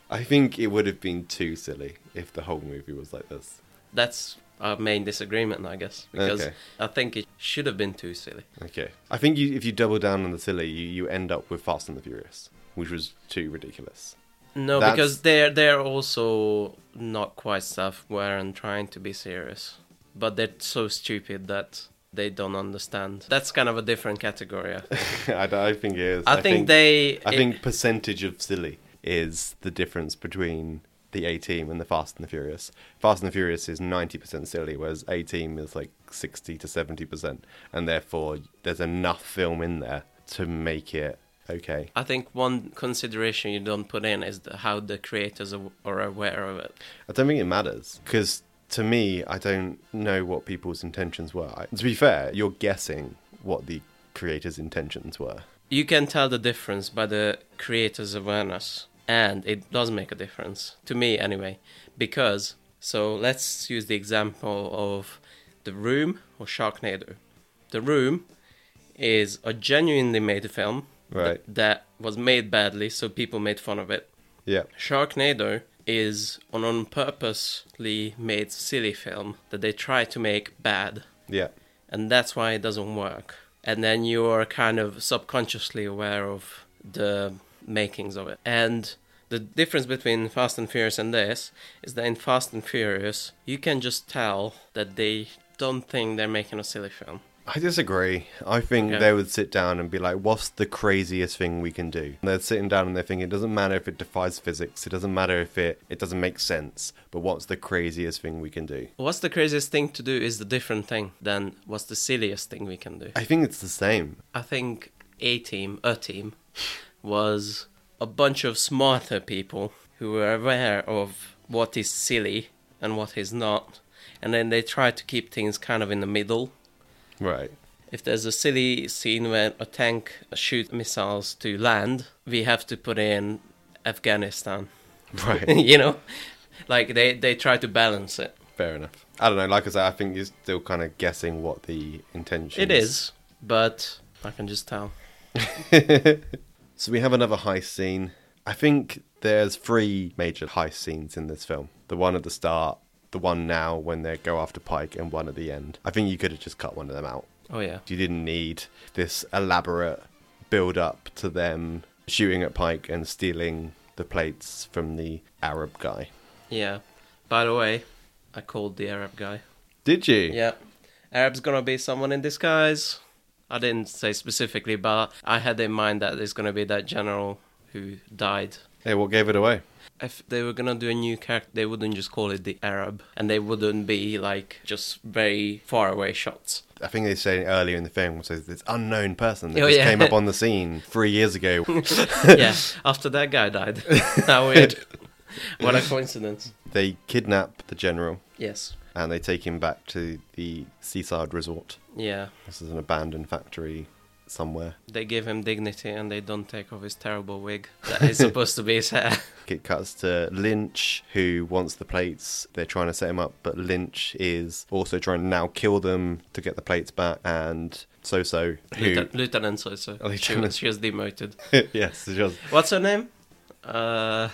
S2: I think it would have been too silly if the whole movie was like this.
S1: That's our main disagreement, I guess. Because
S2: Okay.
S1: I think it should have been too silly.
S2: Okay. I think you, if you double down on the silly, you, you end up with Fast and the Furious, which was too ridiculous.
S1: No,
S2: That's-
S1: because they're they're also not quite self-aware and trying to be serious, but they're so stupid that they don't understand. That's kind of a different category. I think,
S2: I, don't- I think it is.
S1: I think they.
S2: I think percentage of silly is the difference between the A Team and the Fast and the Furious. Fast and the Furious is 90% silly, whereas A Team is like 60 to 70%, and therefore there's enough film in there to make it okay.
S1: I think one consideration you don't put in is the, how the creators are, are aware of it.
S2: I don't think it matters because to me, I don't know what people's intentions were. I, to be fair, you're guessing what the creators' intentions were.
S1: You can tell the difference by the creator's awareness, and it does make a difference to me anyway. Because so let's use the example of the Room or Sharknado. The Room is a genuinely made film
S2: Right.
S1: that, that was made badly, so people made fun of it.
S2: Yeah.
S1: Sharknado is an on purposely made silly film that they try to make bad
S2: Yeah.
S1: and that's why it doesn't work. And then you're kind of subconsciously aware of the makings of it. And the difference between Fast and Furious and this is that in Fast and Furious, you can just tell that they don't think they're making a silly film.
S2: I disagree. I think
S1: Okay.
S2: they would sit down and be like, what's the craziest thing we can do? And they're sitting down and they're thinking, it doesn't matter if it defies physics, it doesn't matter if it, it doesn't make sense, but what's the craziest thing we can do?
S1: What's the craziest thing to do is the different thing than what's the silliest thing we can do.
S2: I think it's the same.
S1: I think a team, a team, was a bunch of smarter people who were aware of what is silly and what is not, and then they tried to keep things kind of in the middle.
S2: Right.
S1: If there's a silly scene where a tank shoots missiles to land, we have to put in Afghanistan.
S2: Right.
S1: you know, like they they try to balance it.
S2: Fair enough. I don't know. Like I say, I think you're still kind of guessing what the intention
S1: It is, but I can just tell.
S2: So we have another heist scene. I think there's three major heist scenes in this film. The one at the start, the one now when they go after Pike, and one at the end. I think you could have just cut one of them out.
S1: Oh yeah.
S2: You didn't need this elaborate build up to them shooting at Pike and stealing the plates from the Arab guy.
S1: Yeah. By the way, I called the Arab guy.
S2: Did you?
S1: Yeah. Arab's gonna be someone in disguise. I didn't say specifically, but I had in mind that it's gonna be that general who died.
S2: Hey, what gave it away?
S1: If they were gonna do a new character, they wouldn't just call it the Arab, and they wouldn't be like just very far away shots.
S2: I think they say earlier in the film was this unknown person that
S1: Oh,
S2: just
S1: yeah.
S2: came up on the scene three years ago.
S1: yeah. After that guy died. How weird. what a coincidence.
S2: they kidnap the general
S1: Yes.
S2: and they take him back to the seaside resort.
S1: Yeah.
S2: This is an abandoned factory somewhere.
S1: They give him dignity and they don't take off his terrible wig that is supposed to be his hair.
S2: It cuts to Lynch, who wants the plates. They're trying to set him up, but Lynch is also trying to now kill them to get the plates back. And So So, who.
S1: Lieutenant, Lieutenant so so. She,
S2: Lieutenant.
S1: was- she was demoted.
S2: yes, she does.
S1: What's her name? Uh,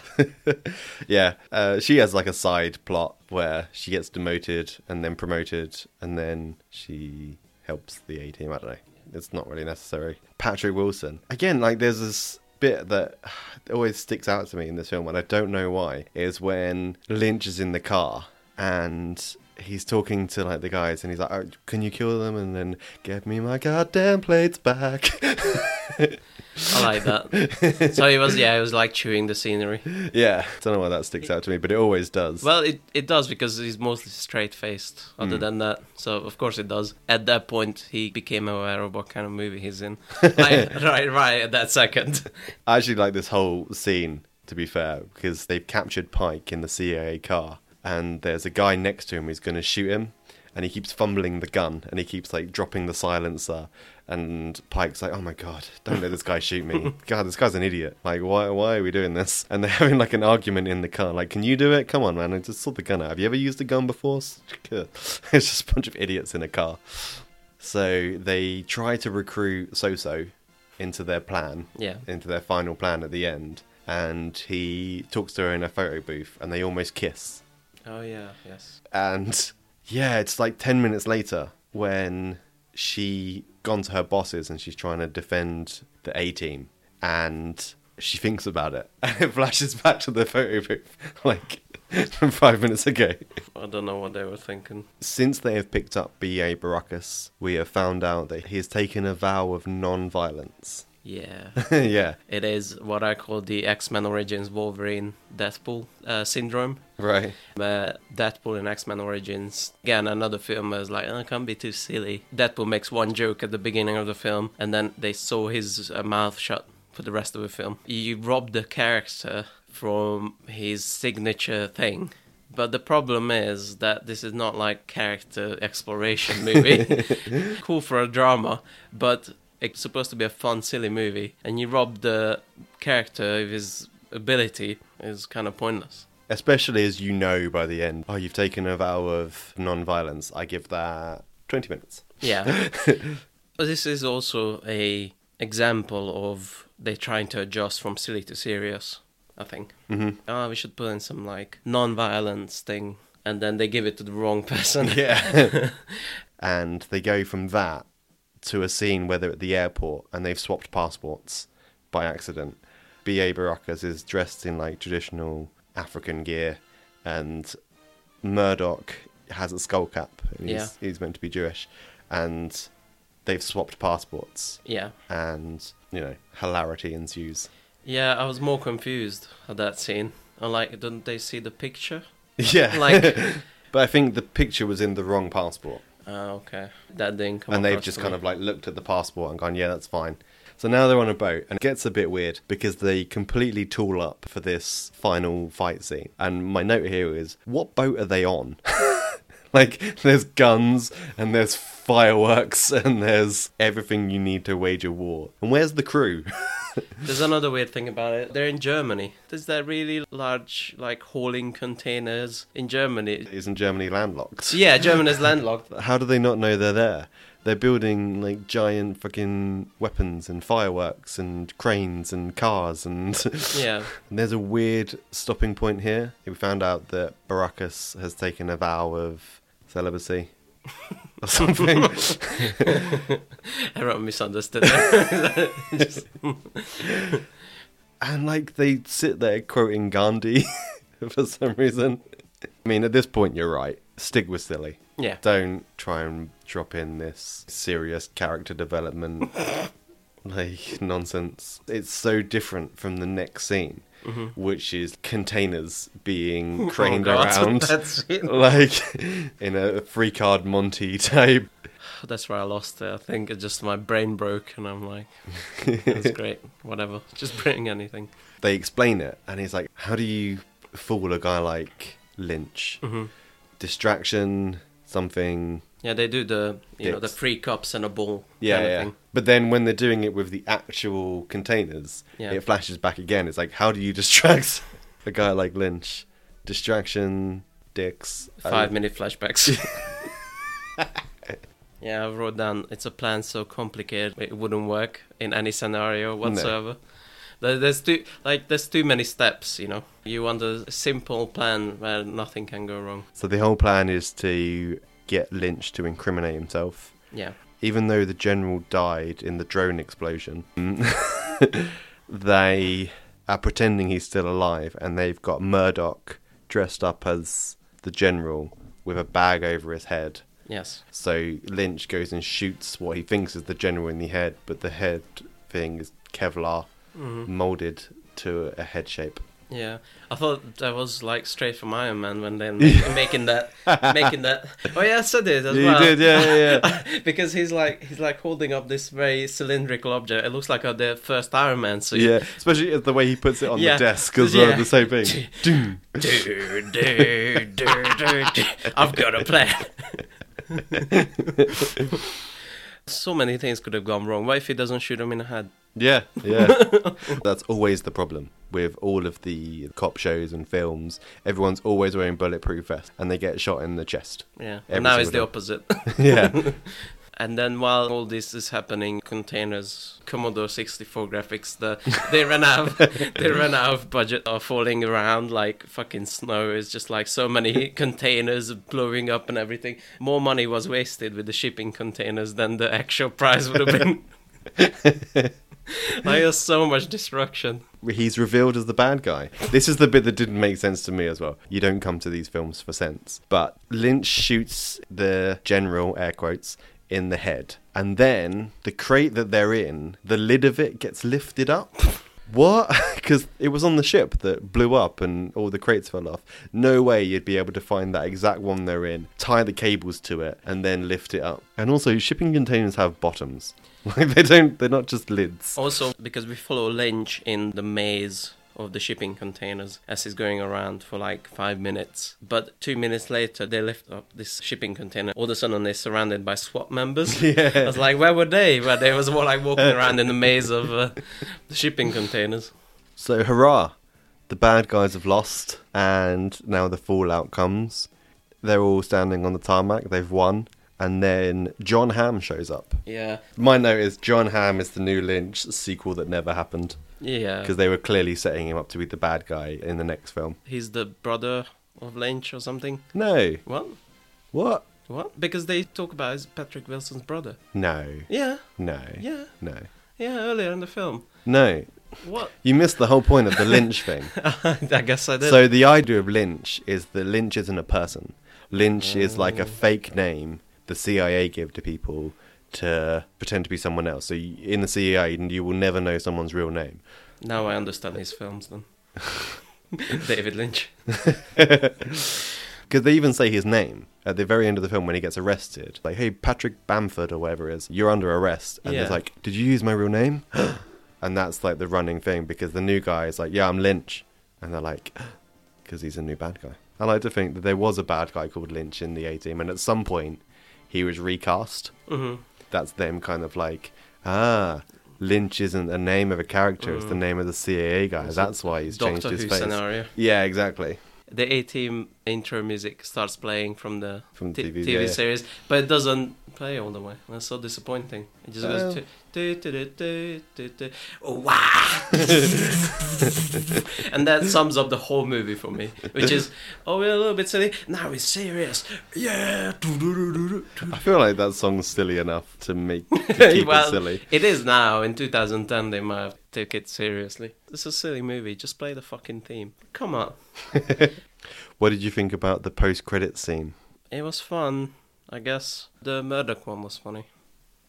S2: Yeah, uh, she has like a side plot where she gets demoted and then promoted, and then she helps the A team. I don't know. It's not really necessary. Patrick Wilson. Again, like there's this bit that always sticks out to me in this film, and I don't know why, is when Lynch is in the car and he's talking to like the guys and he's like oh, can you kill them and then give me my goddamn plates back
S1: I like that. so he was, yeah, he was like chewing the scenery.
S2: yeah don't know why that sticks out to me but it always does
S1: Well, it, it does because he's mostly straight faced, other than that. So, of course, it does. At that point, he became aware of what kind of movie he's in. Like, right, right, at that second.
S2: I actually like this whole scene, to be fair, because they've captured Pike in the CIA car, and there's a guy next to him who's going to shoot him, and he keeps fumbling the gun, and he keeps like dropping the silencer, and Pike's like, "Oh my god, don't let this guy shoot me! God, this guy's an idiot! Like, why, why are we doing this?" And they're having like an argument in the car, like, "Can you do it? Come on, man! I just saw the gun out. Have you ever used a gun before?" it's just a bunch of idiots in a car. So they try to recruit Soso into their plan
S1: Yeah.
S2: into their final plan at the end, and he talks to her in a photo booth, and they almost kiss.
S1: Oh, yeah, yes.
S2: And yeah, it's like ten minutes later when she gone to her bosses and she's trying to defend the A team, and she thinks about it, and it flashes back to the photo booth like from five minutes ago.
S1: I don't know what they were thinking.
S2: Since they have picked up B.A. Baracus, we have found out that he has taken a vow of non-violence.
S1: Yeah.
S2: yeah,
S1: It is what I call the X Men Origins Wolverine Deathpool uh, syndrome.
S2: right.
S1: Where Deadpool in X Men Origins, again, another film was like, oh, can't be too silly. Deadpool makes one joke at the beginning of the film, and then they saw his uh, mouth shut for the rest of the film. You rob the character from his signature thing. But the problem is that this is not like character exploration movie. cool for a drama, but it's supposed to be a fun, silly movie, and you rob the character of his ability is kind of pointless.
S2: especially as you know by the end, oh, you've taken a vow of non-violence. I give that 20 minutes.
S1: Yeah. but this is also a example of they trying to adjust from silly to serious, I think. Mm-hmm. Ah, we should put in some like non-violence thing and then they give it to the wrong person.
S2: Yeah. and they go from that to a scene where they're at the airport and they've swapped passports by accident. B.A. Baracus is dressed in like traditional African gear and Murdoch has a skull cap. and He's, he's meant to be Jewish. And they've swapped passports,
S1: Yeah.
S2: and you know hilarity ensues.
S1: Yeah, I was more confused at that scene. I'm like, didn't they see the picture?
S2: Yeah,
S1: Like-
S2: but I think the picture was in the wrong passport,
S1: Ah, okay. That didn't come
S2: and they've
S1: across
S2: just
S1: to
S2: kind
S1: me.
S2: of like looked at the passport and gone, yeah, that's fine. So now they're on a boat, and it gets a bit weird because they completely tool up for this final fight scene. And my note here is, what boat are they on? like, there's guns, and there's fireworks, and there's everything you need to wage a war. And where's the crew?
S1: There's another weird thing about it. They're in Germany. There's that really large, like, hauling containers in Germany.
S2: Isn't Germany landlocked?
S1: Yeah, Germany is landlocked.
S2: How do they not know they're there? They're building like giant fucking weapons and fireworks and cranes and cars and.
S1: Yeah.
S2: And there's a weird stopping point here. We found out that Baracus has taken a vow of celibacy or something.
S1: Everyone misunderstood that.
S2: and like they sit there quoting Gandhi for some reason. I mean, at this point, you're right. Stig was silly.
S1: yeah.
S2: Don't try and drop in this serious character development, like nonsense. It's so different from the next scene, which is containers being craned
S1: Mm-hmm. Oh, God,
S2: around.
S1: That's, it.
S2: like in a free card Monty type.
S1: that's where I lost it. I think it just my brain broke, and I'm like, that's great. Whatever. Just bring anything.
S2: They explain it, and he's like, "How do you fool a guy like Lynch?
S1: Mm-hmm.
S2: Distraction, something."
S1: Yeah, they do the you know the
S2: Dicks.
S1: three cups and a ball.
S2: Yeah,
S1: kind of
S2: yeah.
S1: thing.
S2: But then when they're doing it with the actual containers,
S1: Yeah.
S2: it flashes back again. It's like, "How do you distract a guy like Lynch? Distraction, dicks." I-
S1: Five minute flashbacks. yeah, I wrote down it's a plan so complicated it wouldn't work in any scenario whatsoever. There- There's too like there's too many steps, you know. You want a simple plan where nothing can go wrong.
S2: So the whole plan is to get Lynch to incriminate himself.
S1: Yeah.
S2: even though the general died in the drone explosion, they are pretending he's still alive, and they've got Murdoch dressed up as the general with a bag over his head.
S1: Yes.
S2: So Lynch goes and shoots what he thinks is the general in the head, but the head thing is Kevlar
S1: Mm-hmm.
S2: molded to a head shape.
S1: Yeah, I thought that was like straight from Iron Man when they ma- making that, making that. Oh yeah, I said it as
S2: You
S1: well.
S2: did, yeah, yeah, yeah.
S1: because he's like he's like holding up this very cylindrical object. It looks like uh, the first Iron Man suit.
S2: yeah, especially the way he puts it on
S1: Yeah.
S2: the desk as well.
S1: Yeah.
S2: The same thing. Doom.
S1: Do, do, do, do, do. I've got a plan. so many things could have gone wrong. What if he doesn't shoot him in the head?
S2: Yeah, yeah. That's always the problem with all of the cop shows and films. Everyone's always wearing bulletproof vests and they get shot in the chest.
S1: Yeah.
S2: Every
S1: and now it's the
S2: single
S1: opposite.
S2: yeah.
S1: And then while all this is happening, containers, Commodore 64 graphics, the, they ran out, of, they ran out of budget, are falling around like fucking snow. It's just like so many containers blowing up and everything. More money was wasted with the shipping containers than the actual price would have been. like there's so much destruction.
S2: He's revealed as the bad guy. This is the bit that didn't make sense to me as well. You don't come to these films for sense. But Lynch shoots the general, air quotes, in the head. And then the crate that they're in, the lid of it gets lifted up. What? Because it was on the ship that blew up and all the crates fell off. No way you'd be able to find that exact one they're in, tie the cables to it, and then lift it up. And also, shipping containers have bottoms. Like they don't. They're not just lids.
S1: Also, because we follow Lynch in the maze of the shipping containers as he's going around for like five minutes. But two minutes later, they lift up this shipping container. All of a sudden, they're surrounded by SWAT members.
S2: Yeah.
S1: I was like, where were they? But they was more like walking around in the maze of uh, the shipping containers.
S2: So hurrah! The bad guys have lost, and now the fallout comes. They're all standing on the tarmac. They've won, and then John Hamm shows up.
S1: Yeah.
S2: My note is John Hamm is the new Lynch sequel that never happened
S1: Yeah.
S2: because they were clearly setting him up to be the bad guy in the next film.
S1: He's the brother of Lynch or something.
S2: No,
S1: What?
S2: what?
S1: What? Because they talk about his Patrick Wilson's brother.
S2: No,
S1: Yeah.
S2: no,
S1: Yeah.
S2: no,
S1: Yeah, earlier in the film.
S2: no.
S1: What?
S2: You missed the whole point of the Lynch thing.
S1: I guess I did.
S2: So the idea of Lynch is that Lynch isn't a person. Lynch is like a fake name the CIA give to people to pretend to be someone else. So you, in the CIA, you will never know someone's real name.
S1: Now I understand his films then. David Lynch.
S2: Because they even say his name at the very end of the film when he gets arrested. Like, hey, Patrick Bamford or whatever it is, you're under arrest. And
S1: Yeah.
S2: it's like, did you use my real name? and that's like the running thing because the new guy is like, yeah, I'm Lynch. And they're like, because he's a new bad guy. I like to think that there was a bad guy called Lynch in the A team, and at some point he was recast.
S1: Mhm.
S2: That's them kind of like, ah, Lynch isn't a name of a character, it's the name of the CIA guy. That's why he's changed
S1: Mm. Doctor
S2: his
S1: Who
S2: face.
S1: scenario.
S2: Yeah, exactly.
S1: The A Team intro music starts playing from the,
S2: From
S1: t-
S2: the TV,
S1: TV,
S2: yeah, yeah.
S1: series, but it doesn't play all the way. That's so disappointing. It just goes
S2: Well.
S1: to. Do, do, do, do, do, do. Oh, wow! and that sums up the whole movie for me, which is, oh, we're a little bit silly. Now it's serious. Yeah! Do, do, do, do, do.
S2: I feel like that song's silly enough to make to keep
S1: Well,
S2: it silly.
S1: It is now. In 2010, they might have took it seriously. It's a silly movie. Just play the fucking theme. Come on.
S2: What did you think about the post-credit scene?
S1: It was fun, I guess. The Murdoch one was funny.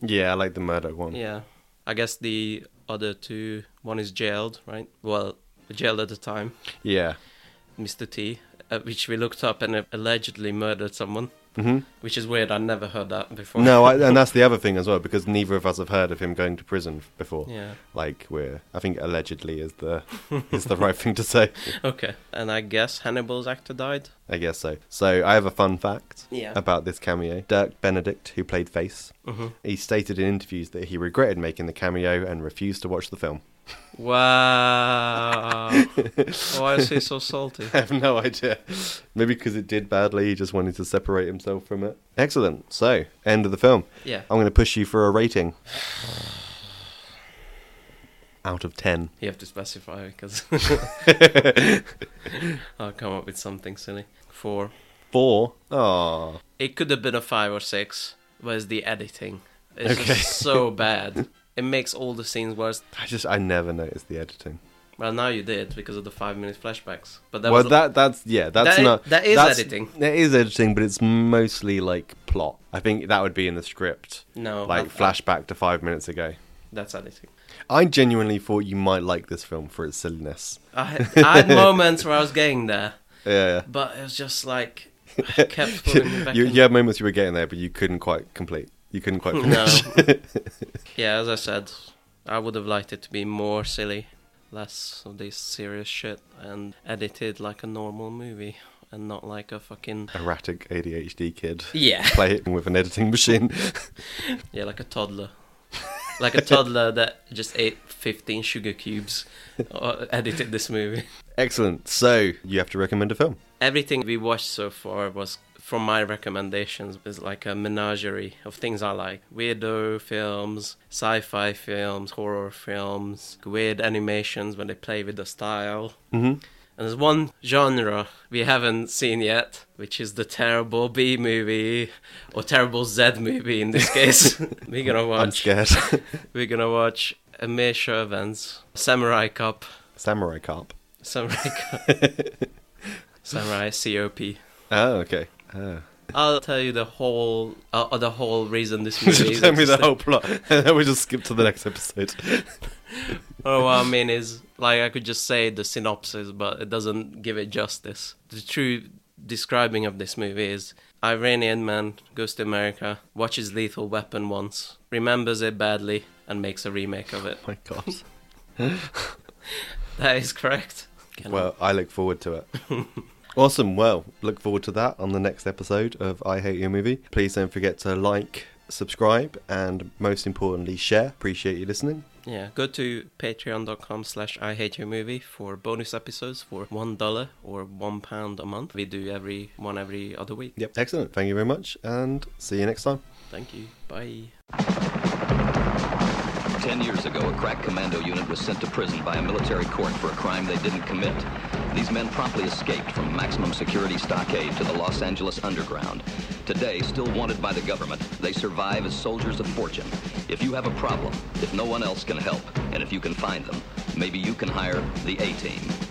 S2: Yeah, I like the Murdoch one.
S1: Yeah. I guess the other two, one is jailed, right? Well, jailed at the time,
S2: Yeah.
S1: Mr. T, uh, which we looked up and allegedly murdered someone,
S2: hmm
S1: which is weird. I never heard that before.
S2: No, I, and that's the other thing as well because neither of us have heard of him going to prison before.
S1: Yeah.
S2: Like we're, I think allegedly is the is the right thing to say.
S1: Okay. And I guess Hannibal's actor died.
S2: I guess so. So I have a fun fact
S1: Yeah.
S2: about this cameo. Dirk Benedict, who played Face,
S1: hmm
S2: he stated in interviews that he regretted making the cameo and refused to watch the film.
S1: Wow. Why is he so salty?
S2: I have no idea. Maybe because it did badly, he just wanted to separate himself from it. Excellent. So, end of the film.
S1: Yeah.
S2: I'm going to push you for a rating. Out of 10.
S1: You have to specify because I'll come up with something silly. Four.
S2: Four. Aww.
S1: It could have been a five or six. Whereas the editing, it's
S2: Okay.
S1: just so bad. It makes all the scenes worse.
S2: I just, I never noticed the editing.
S1: Well, now you did because of the five-minute flashbacks. But that
S2: well,
S1: was
S2: that, that's, yeah, that's
S1: That i-
S2: not.
S1: that is
S2: that's-
S1: editing.
S2: That is editing, but it's mostly like plot. I think that would be in the script.
S1: no
S2: Like
S1: that-
S2: flashback to five minutes ago.
S1: That's editing.
S2: I genuinely thought you might like this film for its silliness.
S1: I had, I had moments where I was getting there,
S2: Yeah.
S1: but it was just like kept pulling me back.
S2: you,
S1: in.
S2: you had moments you were getting there, but you couldn't quite complete. You couldn't quite
S1: No.
S2: finish.
S1: Yeah, as I said, I would have liked it to be more silly, less of this serious shit, and edited like a normal movie and not like a fucking.
S2: Erratic ADHD kid.
S1: Yeah.
S2: Play it with an editing machine.
S1: Yeah, like a toddler. Like a toddler that just ate 15 sugar cubes or edited this movie.
S2: Excellent. So you have to recommend a film.
S1: Everything we watched so far was, from my recommendations, is like a menagerie of things I like weirdo films, sci fi films, horror films, weird animations when they play with the style.
S2: Mm-hmm.
S1: And there's one genre we haven't seen yet, which is the terrible B movie or terrible Z movie in this case. we're gonna
S2: I'm
S1: watch.
S2: scared.
S1: We're gonna watch Amir Shervan's Samurai Cup,
S2: Samurai Carp.
S1: Samurai Cup, Samurai COP.
S2: Oh, okay. Oh.
S1: I'll tell you the whole, uh, uh, the whole reason this movie.
S2: Just
S1: is
S2: tell me the
S1: existing.
S2: whole plot, and then we just skip to the next episode.
S1: Oh, what I mean is, like, I could just say the synopsis, but it doesn't give it justice. The true describing of this movie is Iranian man goes to America, watches Lethal Weapon once, remembers it badly, and makes a remake of it.
S2: My God.
S1: That is correct. Can I-
S2: Well, I look forward to it. awesome. Well, look forward to that on the next episode of I Hate Your Movie. Please don't forget to like, subscribe, and most importantly, share. Appreciate you listening.
S1: yeah, go to patreon.com slash I hate your movie for bonus episodes for one dollar or one pound a month. We do every one every other week.
S2: Yep. Excellent. Thank you very much, and see you next time.
S1: Thank you. Bye.
S3: Ten years ago, a crack commando unit was sent to prison by a military court for a crime they didn't commit. These men promptly escaped from maximum security stockade to the Los Angeles underground. Today, still wanted by the government, they survive as soldiers of fortune. If you have a problem, if no one else can help, and if you can find them, maybe you can hire the A-Team.